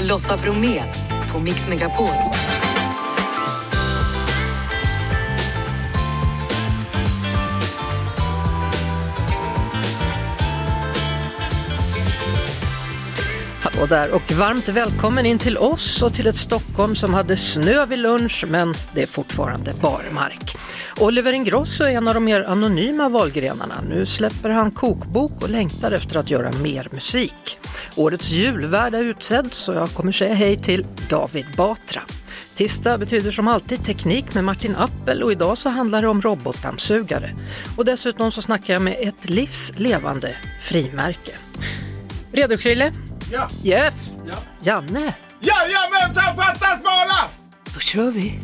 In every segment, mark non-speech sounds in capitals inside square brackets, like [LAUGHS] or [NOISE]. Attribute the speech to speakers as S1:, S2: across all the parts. S1: Lotta Bromé på Mix Megapol.
S2: Hallå där och varmt välkommen in till oss och till ett Stockholm som hade snö vid lunch men det är fortfarande barmark. Oliver Ingrosso är en av de mer anonyma valgrenarna. Nu släpper han kokbok och längtar efter att göra mer musik. Årets julvärd är utsedd så jag kommer säga hej till David Batra. Tisdag betyder som alltid teknik med Martin Appel och idag så handlar det om robotdammsugare. Och dessutom så snackar jag med ett livs levande frimärke. Redo Krille?
S3: Ja.
S2: Jeff?
S3: Ja.
S2: Janne?
S3: Jajamensan, fattas bara!
S2: Då kör vi!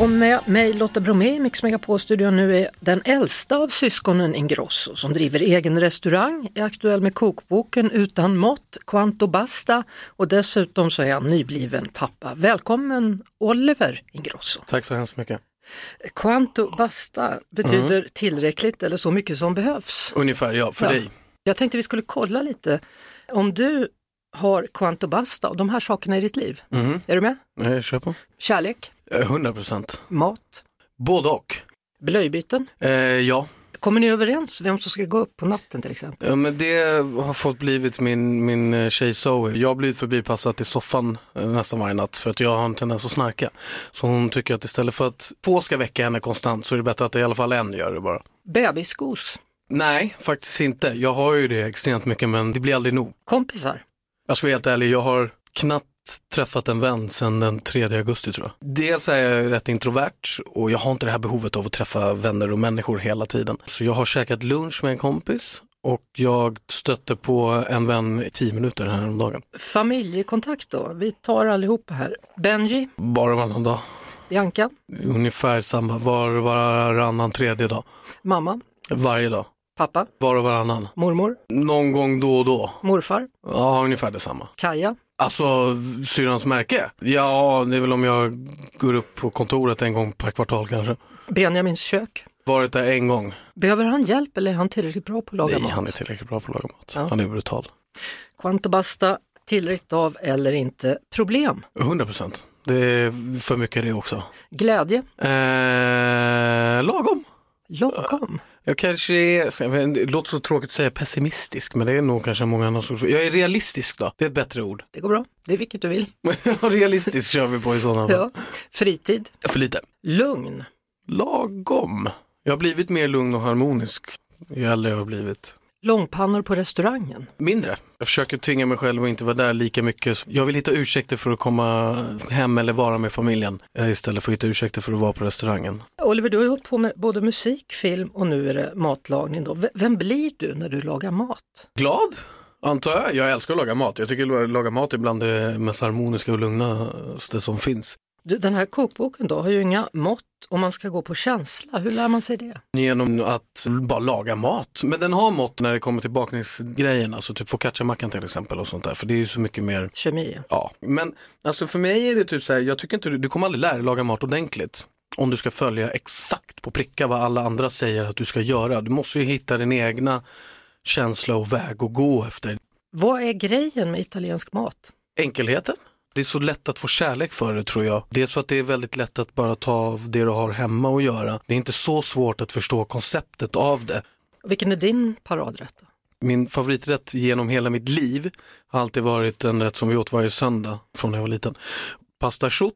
S2: Och med mig Lotta Bromé i Mix Megapol-studion nu är den äldsta av syskonen Ingrosso som driver egen restaurang, är aktuell med kokboken Utan mått, Quanto Basta och dessutom så är han nybliven pappa. Välkommen Oliver Ingrosso!
S4: Tack så hemskt mycket.
S2: Quanto Basta betyder tillräckligt eller så mycket som behövs.
S4: Ungefär ja, för
S2: Ja.
S4: dig.
S2: Jag tänkte vi skulle kolla lite om du har Quanto Basta och de här sakerna i ditt liv.
S4: Mm.
S2: Är du med?
S4: Eh, Kör på.
S2: Kärlek,
S4: Eh, 100 procent.
S2: mat,
S4: Både och.
S2: blöjbyten.
S4: Eh, ja,
S2: Kommer ni överens vem som ska gå upp på natten till exempel?
S4: Ja, men det har fått blivit min, min eh, tjej Zoe. Jag har blivit förbipassad till soffan eh, nästan varje natt för att jag har en tendens att snarka. Så hon tycker att istället för att två ska väcka henne konstant så är det bättre att i alla fall en gör det bara.
S2: Bebisgos,
S4: Nej, faktiskt inte. Jag har ju det extremt mycket men det blir aldrig nog.
S2: kompisar,
S4: Jag ska vara helt ärlig, jag har knappt träffat en vän sedan den 3 augusti tror jag. Dels är jag rätt introvert och jag har inte det här behovet av att träffa vänner och människor hela tiden. Så jag har käkat lunch med en kompis och jag stötte på en vän i 10 minuter häromdagen.
S2: familjekontakt då. Vi tar allihopa här. Benji,
S4: Bara varannan dag.
S2: Bianca,
S4: Ungefär samma, var och varannan tredje dag.
S2: mamma,
S4: Varje dag.
S2: pappa,
S4: Var och varannan.
S2: mormor,
S4: Någon gång då och då.
S2: morfar,
S4: Ja, ungefär detsamma.
S2: Kaja,
S4: Alltså syrrans märke? Ja, det är väl om jag går upp på kontoret en gång per kvartal kanske.
S2: Benjamins kök.
S4: Varit där en gång.
S2: Behöver han hjälp eller är han tillräckligt bra på att laga
S4: Nej,
S2: mat?
S4: han är tillräckligt bra på att laga mat.
S2: Ja.
S4: Han är brutal.
S2: Quanto basta, tillräckligt av eller inte. Problem,
S4: 100 procent. Det är för mycket det också.
S2: glädje,
S4: Eh, lagom.
S2: lagom.
S4: Jag kanske är, ska jag vet inte, det låter så tråkigt att säga pessimistisk, men det är nog kanske många andra som Jag är realistisk då, det är ett bättre ord. [LAUGHS]
S2: Det går bra, det är vilket du vill.
S4: realistisk kör vi på i sådana fall.
S2: Ja. Fritid,
S4: För lite.
S2: lugn,
S4: Lagom. Jag har blivit mer lugn och harmonisk ju äldre jag har blivit.
S2: långpannor på restaurangen.
S4: Mindre. Jag försöker tvinga mig själv att inte vara där lika mycket. Jag vill hitta ursäkter för att komma hem eller vara med familjen eh, istället för att hitta ursäkter för att vara på restaurangen.
S2: Oliver, du har ju hållit på med både musik, film och nu är det matlagning. Då. V- Vem blir du när du lagar mat?
S4: Glad, antar jag. Jag älskar att laga mat. Jag tycker att laga mat är bland det mest harmoniska och lugnaste som finns.
S2: Du, den här kokboken då har ju inga mått om man ska gå på känsla. Hur lär man sig det?
S4: Genom att bara laga mat. Men den har mått när det kommer till bakningsgrejerna, alltså typ focacciamackan till exempel och sånt där. För det är ju så mycket mer
S2: Kemi.
S4: Ja, men alltså för mig är det typ så här, jag tycker inte du, du kommer aldrig lära dig laga mat ordentligt om du ska följa exakt på pricka vad alla andra säger att du ska göra. Du måste ju hitta din egna känsla och väg att gå efter.
S2: Vad är grejen med italiensk mat?
S4: Enkelheten. Det är så lätt att få kärlek för det tror jag. Dels för att det är väldigt lätt att bara ta av det du har hemma och göra. Det är inte så svårt att förstå konceptet av det.
S2: Vilken är din paradrätt? Då?
S4: Min favoriträtt genom hela mitt liv har alltid varit en rätt som vi åt varje söndag från när jag var liten. Pasta chot,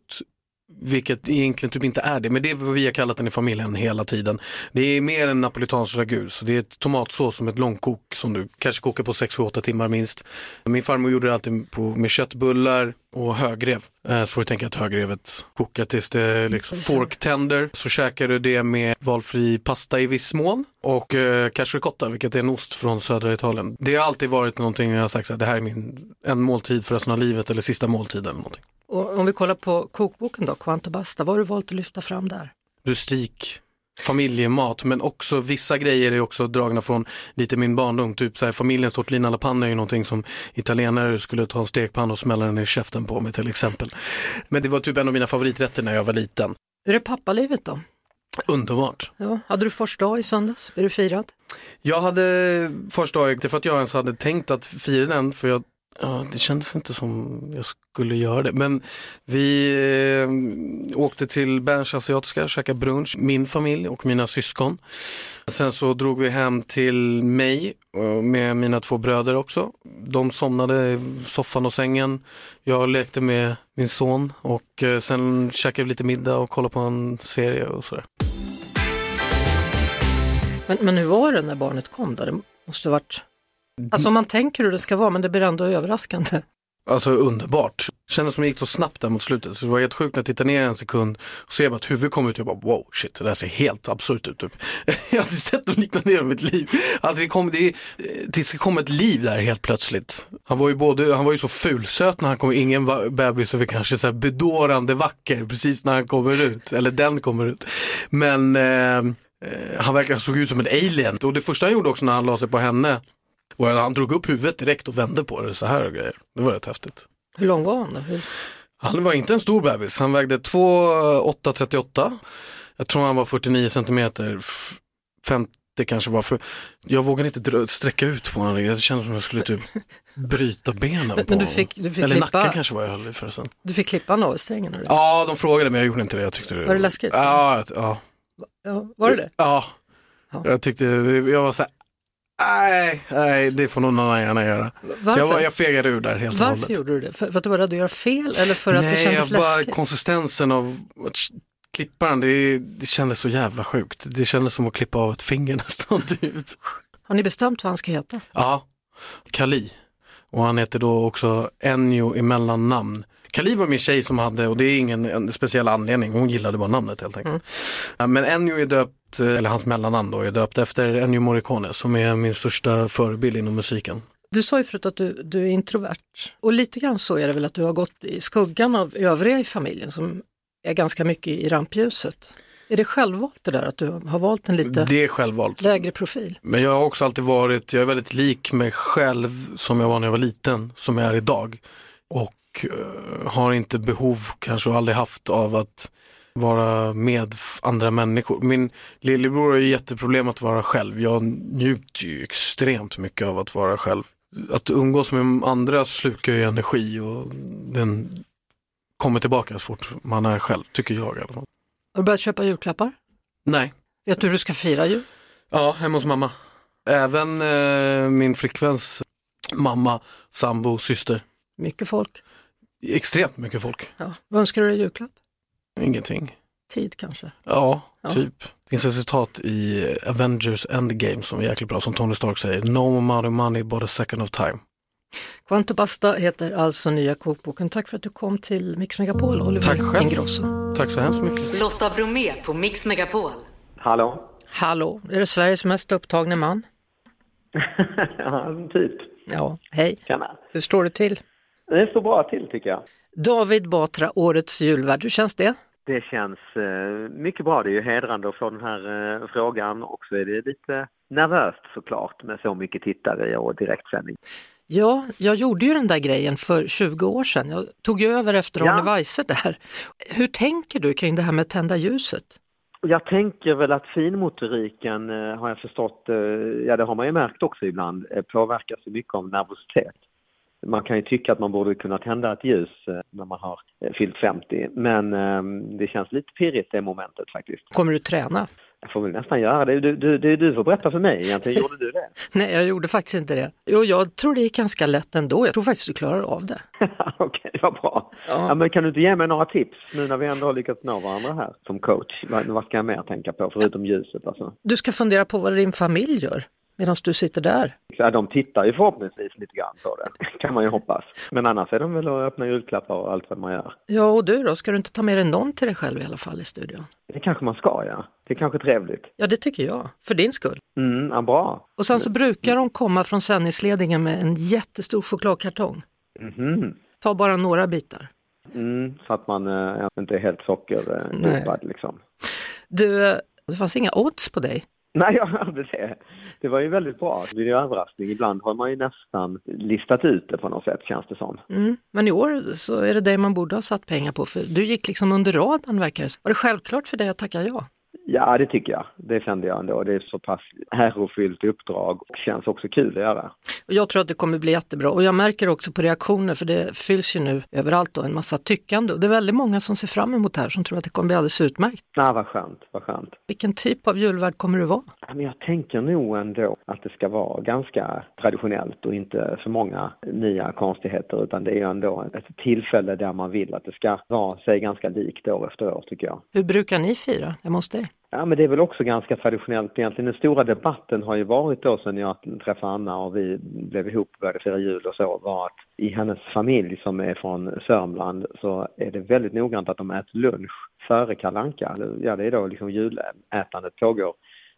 S4: vilket egentligen typ inte är det, men det är vad vi har kallat den i familjen hela tiden. Det är mer en napolitansk ragu, så det är ett tomatsås som ett långkok som du kanske kokar på 6-8 timmar minst. Min farmor gjorde det alltid på, med köttbullar och högrev. Eh, Så får du tänka att högrevet kokar tills det är liksom fork tender. Så käkar du det med valfri pasta i viss mån och eh, cacio ricotta, vilket är en ost från södra Italien. Det har alltid varit någonting jag har sagt att det här är min, en måltid för resten av livet eller sista måltiden. Eller någonting.
S2: Och om vi kollar på kokboken då, Quanto Basta, vad har du valt att lyfta fram där?
S4: rustik familjemat men också vissa grejer är också dragna från lite min barndom. Typ så här, familjens tortellina alla panna är ju någonting som italienare skulle ta en stekpanna och smälla den i käften på mig till exempel. Men det var typ en av mina favoriträtter när jag var liten.
S2: Hur är pappalivet då?
S4: Underbart.
S2: Ja, hade du första dag i söndags? Är du firad?
S4: Jag hade första dag, inte för att jag ens hade tänkt att fira den, för jag Ja, det kändes inte som jag skulle göra det. Men vi eh, åkte till Berns Asiatiska, käkade brunch, min familj och mina syskon. Sen så drog vi hem till mig eh, med mina två bröder också. De somnade i soffan och sängen. Jag lekte med min son och eh, sen käkade vi lite middag och kollade på en serie och sådär.
S2: Men, men hur var det när barnet kom då? Det måste ha varit...
S4: Mm.
S2: Alltså om man tänker hur det ska vara men det blir ändå överraskande. [LAUGHS]
S4: Alltså underbart. Kändes som det gick så snabbt där mot slutet. Så det var helt sjukt när jag tittade ner en sekund och ser bara att huvudet kom ut och jag bara wow shit det där ser helt absurt ut. Typ. [LAUGHS] jag har aldrig sett något liknande i hela mitt liv. Alltså det kom, det, är- det ska komma ett liv där helt plötsligt. Han var ju, både, han var ju så fulsöt när han kom, ingen va- bebis är väl kanske så här bedårande vacker precis när han kommer ut. Eller den kommer ut. Men eh, eh, han verkar såg ut som en alien. Och det första han gjorde också när han la sig på henne och han drog upp huvudet direkt och vände på det så här och grejer. Det var rätt häftigt.
S2: Hur lång var hon då? Hur...
S4: Han var inte en stor bebis, han vägde 2,838. Jag tror han var 49 centimeter, F- 50 kanske var. För jag vågade inte dra, sträcka ut på honom, det kändes som jag skulle typ bryta benen på
S2: Men, men du
S4: honom.
S2: fick, du fick
S4: Eller nacken
S2: klippa,
S4: kanske var jag höll i förresten.
S2: du fick klippa navelsträngen? eller?
S4: Ja, de frågade men jag gjorde inte det. Jag tyckte det
S2: Var det läskigt?
S4: Ja, ja.
S2: Ja, var det det?
S4: Ja.
S2: Ja.
S4: Jag tyckte, jag var så här, nej, nej, det får någon annan gärna göra.
S2: Varför?
S4: Jag, var, jag fegade ur där helt och hållet.
S2: Varför gjorde du det? För, för att du var rädd att göra fel eller för att
S4: Nej,
S2: det kändes
S4: jag bara,
S2: läskigt?
S4: konsistensen av att sh- klippa den, det, det kändes så jävla sjukt. Det kändes som att klippa av ett finger [LAUGHS] nästan. Typ.
S2: Har ni bestämt vad han ska heta?
S4: Ja, Kali. Och han heter då också Ennio i mellannamn. Kali var min tjej som hade, och det är ingen en speciell anledning, hon gillade bara namnet helt
S2: Mm.
S4: enkelt. Ja, Men Ennio är döpt, eh, eller hans mellannamn då, är döpt efter Ennio Morricone som är min största förebild inom musiken.
S2: Du sa ju förut att du, du är introvert och lite grann så är det väl att du har gått i skuggan av övriga i familjen som är ganska mycket i rampljuset. Är det självvalt det där att du har valt en lite
S4: Det är självvalt.
S2: lägre profil?
S4: Men jag har också alltid varit, jag är väldigt lik mig själv som jag var när jag var liten, som jag är idag. Och eh, har inte behov, kanske och aldrig haft, av att vara med f- andra människor. Min lillebror har ju jätteproblem att vara själv. Jag njuter ju extremt mycket av att vara själv. Att umgås med andra slukar ju energi och den kommer tillbaka så fort man är själv, tycker jag i alla fall.
S2: Har du börjat köpa julklappar?
S4: Nej,
S2: Vet du hur du ska fira jul?
S4: Ja, hemma hos mamma. Även eh, min flickväns mamma, sambo, syster.
S2: Mycket folk.
S4: Extremt mycket folk.
S2: Ja. Vad önskar du dig i julklapp?
S4: Ingenting.
S2: Tid kanske?
S4: Ja,
S2: Ja.
S4: typ. Det finns ett citat i Avengers Endgame som är jäkligt bra, som Tony Stark säger. No amount of money but a second of time.
S2: Quanto Basta heter alltså nya kokboken. Tack för att du kom till Mix Megapol,
S4: Tack
S2: Oliver
S4: själv.
S2: Ingrosso.
S4: Tack så hemskt mycket.
S1: Lotta Bromé på Mix Megapol.
S5: Hallå? [LAUGHS]
S2: Hallå, är du Sveriges mest upptagne man?
S5: Ja, typ.
S2: Ja, hej.
S5: Tjena.
S2: Hur står det till?
S5: Det står bra till tycker jag.
S2: David Batra, årets julvärd, hur känns det?
S5: Det känns eh, mycket bra. Det är ju hedrande att få den här eh, frågan och så är det lite nervöst såklart med så mycket tittare och direktsändning.
S2: Ja, jag gjorde ju den där grejen för 20 år sedan. Jag tog ju över efter
S5: Ja.
S2: Arne Weise där. Hur tänker du kring det här med tända ljuset?
S5: Och Jag tänker väl att finmotoriken eh, har jag förstått, eh, ja det har man ju märkt också ibland, eh, påverkas ju mycket av nervositet. Man kan ju tycka att man borde kunna tända ett ljus eh, när man har eh, fyllt 50 men eh, det känns lite pirrigt det momentet faktiskt.
S2: Kommer du träna?
S5: Jag får väl nästan göra det. Du, du, du, du får berätta för mig egentligen. Gjorde du det?
S2: Nej, jag gjorde faktiskt inte det. Jo, jag tror det gick ganska lätt ändå. Jag tror faktiskt du klarar av det.
S5: Okej, vad bra.
S2: Ja.
S5: Ja. men kan du inte ge mig några tips nu när vi ändå har lyckats nå varandra här som coach? Vad, vad ska jag mer tänka på förutom ljuset alltså?
S2: Du ska fundera på vad din familj gör medan du sitter där.
S5: Ja, de tittar ju förhoppningsvis lite grann på det, kan man ju hoppas. Men annars är de väl att öppna julklappar och allt vad man gör.
S2: Ja, och du då? Ska du inte ta med dig någon till dig själv i alla fall i studion?
S5: Det kanske man ska, ja. Det är kanske trevligt.
S2: Ja, det tycker jag. För din skull.
S5: Mm, ja, bra.
S2: Och sen så brukar de komma från sändningsledningen med en jättestor chokladkartong.
S5: Mhm.
S2: Ta bara några bitar.
S5: Mm, så att man eh, inte är helt sockergubbad liksom.
S2: Du, eh, det fanns inga odds på dig.
S5: [LAUGHS] Nej, jag hörde det. Det var ju väldigt bra. Det är ju en överraskning. Ibland har man ju nästan listat ut det på något sätt, känns det som.
S2: Mm. Men i år så är det dig man borde ha satt pengar på för du gick liksom under radarn verkar det som. Var det självklart för dig att tacka ja?
S5: Ja, det tycker jag. Det kände jag ändå. Det är så pass ärofyllt uppdrag och känns också kul att göra.
S2: Och Jag tror att det kommer bli jättebra och jag märker också på reaktioner för det fylls ju nu överallt då en massa tyckande och det är väldigt många som ser fram emot det här som tror att det kommer bli alldeles utmärkt.
S5: Ja, vad skönt, vad skönt.
S2: Vilken typ av julvärd kommer du vara?
S5: Ja, Men jag tänker nog ändå att det ska vara ganska traditionellt och inte för många nya konstigheter utan det är ju ändå ett tillfälle där man vill att det ska vara sig ganska likt år efter år tycker jag.
S2: Hur brukar ni fira hemma hos dig?
S5: Ja men det är väl också ganska traditionellt egentligen. Den stora debatten har ju varit då sen jag träffade Anna och vi blev ihop och började fira jul och så var att i hennes familj som är från Sörmland så är det väldigt noggrant att de äter lunch före Kalle Anka. Ja det är då liksom julätandet pågår.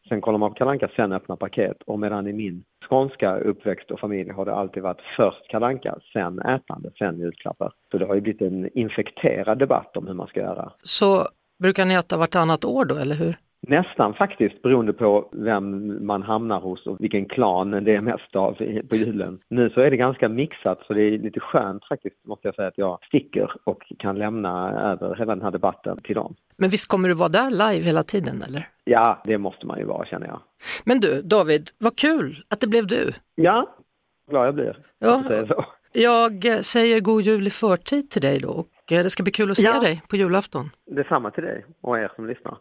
S5: Sen kollar man på Kalle Anka, sen öppnar paket och medan i min skånska uppväxt och familj har det alltid varit först Kalle Anka, sen ätande, sen julklappar. Så det har ju blivit en infekterad debatt om hur man ska göra.
S2: Så brukar ni äta vartannat år då, eller hur?
S5: Nästan faktiskt beroende på vem man hamnar hos och vilken klan det är mest av i- på julen. Nu så är det ganska mixat så det är lite skönt faktiskt måste jag säga att jag sticker och kan lämna över hela den här debatten till dem.
S2: Men visst kommer du vara där live hela tiden eller?
S5: Ja, det måste man ju vara känner jag.
S2: Men du, David, vad kul att det blev du.
S5: Ja, glad jag blir.
S2: Ja.
S5: att det är så.
S2: Jag eh, säger god jul i förtid till dig då och eh, det ska bli kul att se
S5: Ja.
S2: dig på julafton.
S5: Detsamma till dig och er som lyssnar.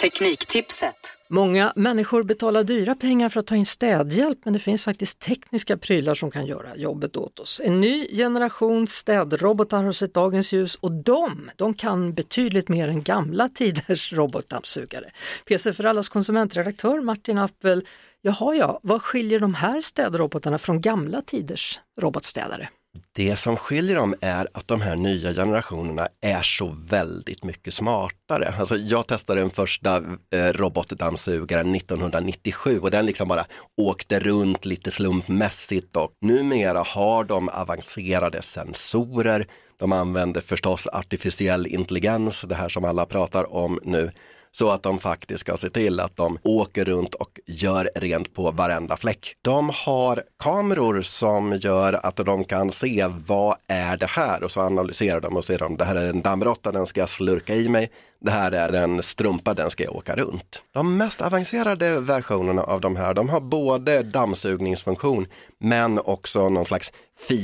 S1: Tekniktipset.
S2: Många människor betalar dyra pengar för att ta in städhjälp men det finns faktiskt tekniska prylar som kan göra jobbet åt oss. En ny generation städrobotar har sett dagens ljus och de, de kan betydligt mer än gamla tiders [LAUGHS] robotdammsugare. PC för allas konsumentredaktör Martin Appel, jaha ja, vad skiljer de här städrobotarna från gamla tiders robotstädare?
S6: Det som skiljer dem är att de här nya generationerna är så väldigt mycket smartare. Alltså jag testade den första eh, robotdammsugaren 1997 och den liksom bara åkte runt lite slumpmässigt och numera har de avancerade sensorer. De använder förstås artificiell intelligens, det här som alla pratar om nu, så att de faktiskt ska se till att de åker runt och gör rent på varenda fläck. De har kameror som gör att de kan se vad är det här och så analyserar de och ser de det här är en dammråtta, den ska jag slurka i mig, det här är en strumpa, den ska jag åka runt. De mest avancerade versionerna av de här, de har både dammsugningsfunktion men också någon slags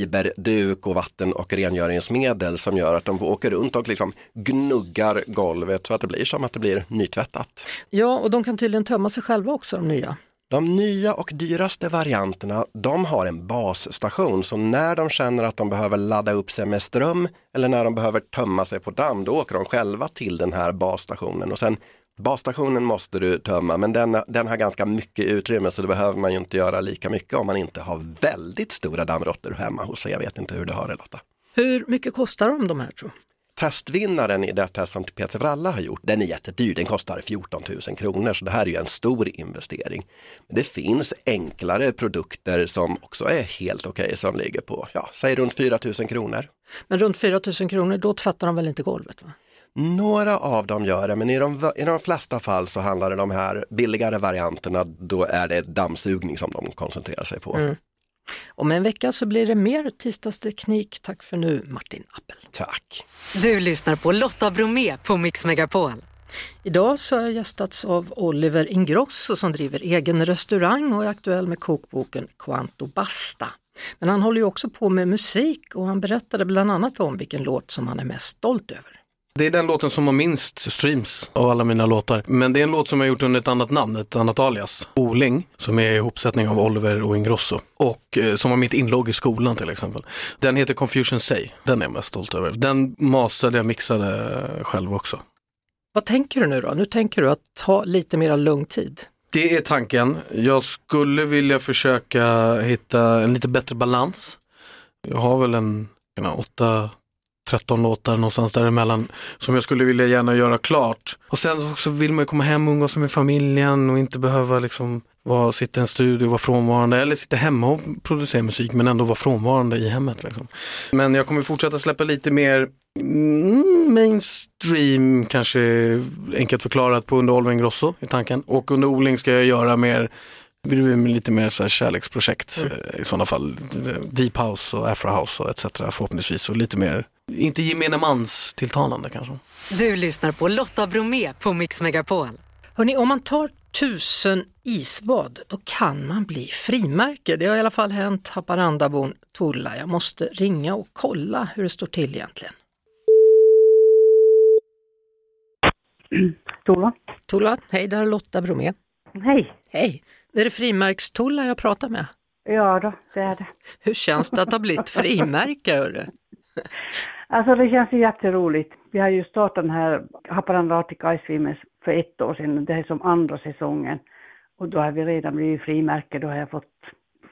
S6: fiberduk och vatten och rengöringsmedel som gör att de åker runt och liksom gnuggar golvet så att det blir som att det blir nytvättat.
S2: Ja, och de kan tydligen tömma sig själva också de nya.
S6: De nya och dyraste varianterna, de har en basstation, så när de känner att de behöver ladda upp sig med ström eller när de behöver tömma sig på damm, då åker de själva till den här basstationen och sen basstationen måste du tömma, men den, den har ganska mycket utrymme så det behöver man ju inte göra lika mycket om man inte har väldigt stora dammråttor hemma hos sig. Jag vet inte hur du har det Lotta.
S2: Hur mycket kostar de de här tror du?
S6: Testvinnaren i det test som Peter för alla har gjort, den är jättedyr, den kostar 14 000 kronor, så det här är ju en stor investering. Men det finns enklare produkter som också är helt okej, som ligger på, ja, säg runt 4 000 kronor.
S2: Men runt 4 000 kronor, då tvättar de väl inte golvet? va?
S6: Några av dem gör det, men i de, i de flesta fall så handlar det om de här billigare varianterna, då är det dammsugning som de koncentrerar sig på.
S2: Om en vecka så blir det mer Tisdagsteknik. Tack för nu, Martin Appel.
S6: Tack!
S1: Du lyssnar på Lotta Bromé på Mix Megapol.
S2: Idag så har jag gästats av Oliver Ingrosso som driver egen restaurang och är aktuell med kokboken Quanto Basta. Men han håller ju också på med musik och han berättade bland annat om vilken låt som han är mest stolt över.
S4: Det är den låten som har minst streams av alla mina låtar. Men det är en låt som jag har gjort under ett annat namn, ett annat alias. Oling, som är ihopsättning av Oliver och Ingrosso. Och eh, som var mitt inlogg i skolan till exempel. Den heter Confusion Say, den är jag mest stolt över. Den masade jag mixade eh, själv också.
S2: Vad tänker du nu då? Nu tänker du att ta lite mera lugn tid.
S4: Det är tanken. Jag skulle vilja försöka hitta en lite bättre balans. Jag har väl en you know, 8-13 låtar någonstans däremellan som jag skulle vilja gärna göra klart. Och sen så vill man ju komma hem och umgås med familjen och inte behöva liksom vara, sitta i en studio och vara frånvarande eller sitta hemma och producera musik men ändå vara frånvarande i hemmet. Liksom. Men jag kommer fortsätta släppa lite mer mm, mainstream kanske enkelt förklarat på under Olven Grosso i tanken och under Oling ska jag göra mer det blir lite mer så här eh, kärleksprojekt eh, i sådana fall. Deep house och afro house och etc. förhoppningsvis och lite mer Inte gemene mans tilltalande kanske.
S1: Du lyssnar på Lotta Bromé på Mix Megapol.
S2: Hörrni, om man tar tusen isbad, då kan man bli frimärke. Det har i alla fall hänt Haparandabon Tulla. Jag måste ringa och kolla hur det står till egentligen.
S7: Stora.
S2: Tulla, hej, där är Lotta Bromé.
S7: Hej.
S2: Hej! Är det frimärkstulla jag pratar med?
S7: Ja då, det är det.
S2: Hur känns det att ha blivit frimärke? Hörru?
S7: Alltså det känns ju jätteroligt. Vi har ju startat den här Haparanda Arctic Ice Swimmers för ett år sedan. Det är som andra säsongen. Och då har vi redan blivit frimärke. Då har jag fått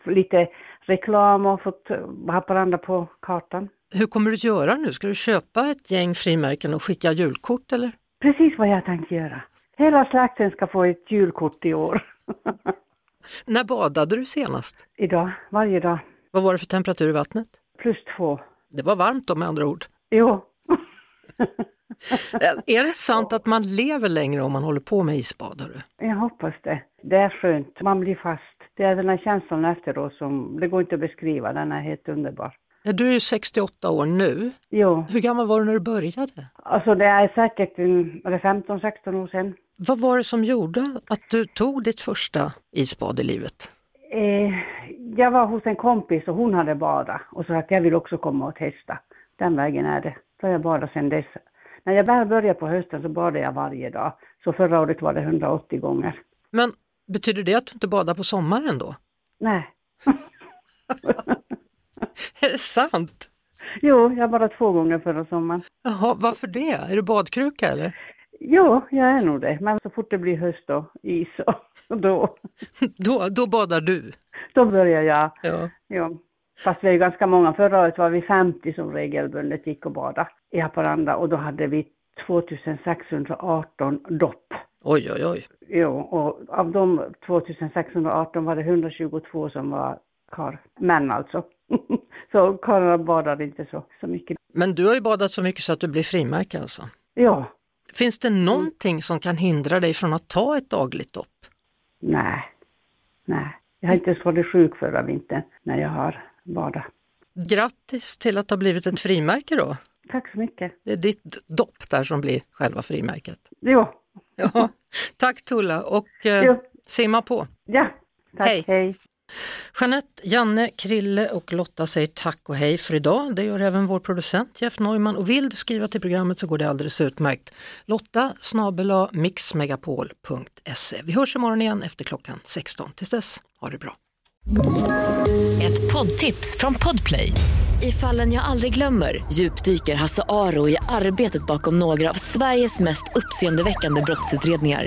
S7: lite reklam och fått Haparanda på kartan.
S2: Hur kommer du göra nu? Ska du köpa ett gäng frimärken och skicka julkort eller?
S7: Precis vad jag tänkte göra. Hela släkten ska få ett julkort i år. [LAUGHS]
S2: När badade du senast?
S7: Idag, varje dag.
S2: Vad var det för temperatur i vattnet?
S7: Plus två.
S2: Det var varmt då med andra ord.
S7: Jo.
S2: Eh, Är det sant att man lever längre om man håller på med isbad? Hörru?
S7: Jag hoppas det. Det är skönt. Man blir fast. Det är den här känslan efteråt som, det går inte att beskriva, den är helt underbar.
S2: Eh, Du är ju 68 år nu.
S7: Jo,
S2: Hur gammal var du när du började?
S7: alltså det är säkert en, var det 15-16 år sedan.
S2: Vad var det som gjorde att du tog ditt första isbad i livet?
S7: Eh, jag var hos en kompis och hon hade badat och sa att jag vill också komma och testa. Den vägen är det. Då har jag badat sedan dess. När jag väl började på hösten så badade jag varje dag. Så förra året var det 180 gånger.
S2: Men betyder det att du inte badar på sommaren då?
S7: Nej,
S2: Är det sant?
S7: jo, jag badade två gånger förra sommaren.
S2: Jaha, varför det? Är du badkruka eller?
S7: Jo, jag är nog det. Men så fort det blir höst och is och [LAUGHS] då,
S2: Då, då badar du.
S7: då börjar jag.
S2: Ja.
S7: Jo. Fast vi är ju ganska många. Förra året var vi 50 som regelbundet gick och badade i Haparanda och då hade vi 2618 dopp.
S2: Oj, oj, oj.
S7: Jo, och av de 2618 var det 122 som var kar. Män alltså. [LAUGHS] så karlarna badade inte så, så mycket.
S2: Men du har ju badat så mycket så att du blir frimärke alltså.
S7: Ja,
S2: Finns det någonting som kan hindra dig från att ta ett dagligt dopp?
S7: nej, nej. Jag har inte ens varit sjuk förra vintern när jag har badat.
S2: Grattis till att ha blivit ett frimärke då.
S7: Tack så mycket.
S2: Det är ditt dopp där som blir själva frimärket.
S7: Jo,
S2: Ja. Tack Tulla och eh,
S7: Jo.
S2: simma på.
S7: ja. Tack,
S2: Hej.
S7: hej.
S2: Jeanette, Janne, Krille och Lotta säger tack och hej för idag. Det gör även vår producent Jeff Neumann och vill du skriva till programmet så går det alldeles utmärkt. Lotta snabela mixmegapol.se. Vi hörs imorgon igen efter klockan 16. Tills dess, ha det bra.
S8: Ett poddtips från Podplay. I fallen jag aldrig glömmer djupdyker Hasse Aro i arbetet bakom några av Sveriges mest uppseendeväckande brottsutredningar.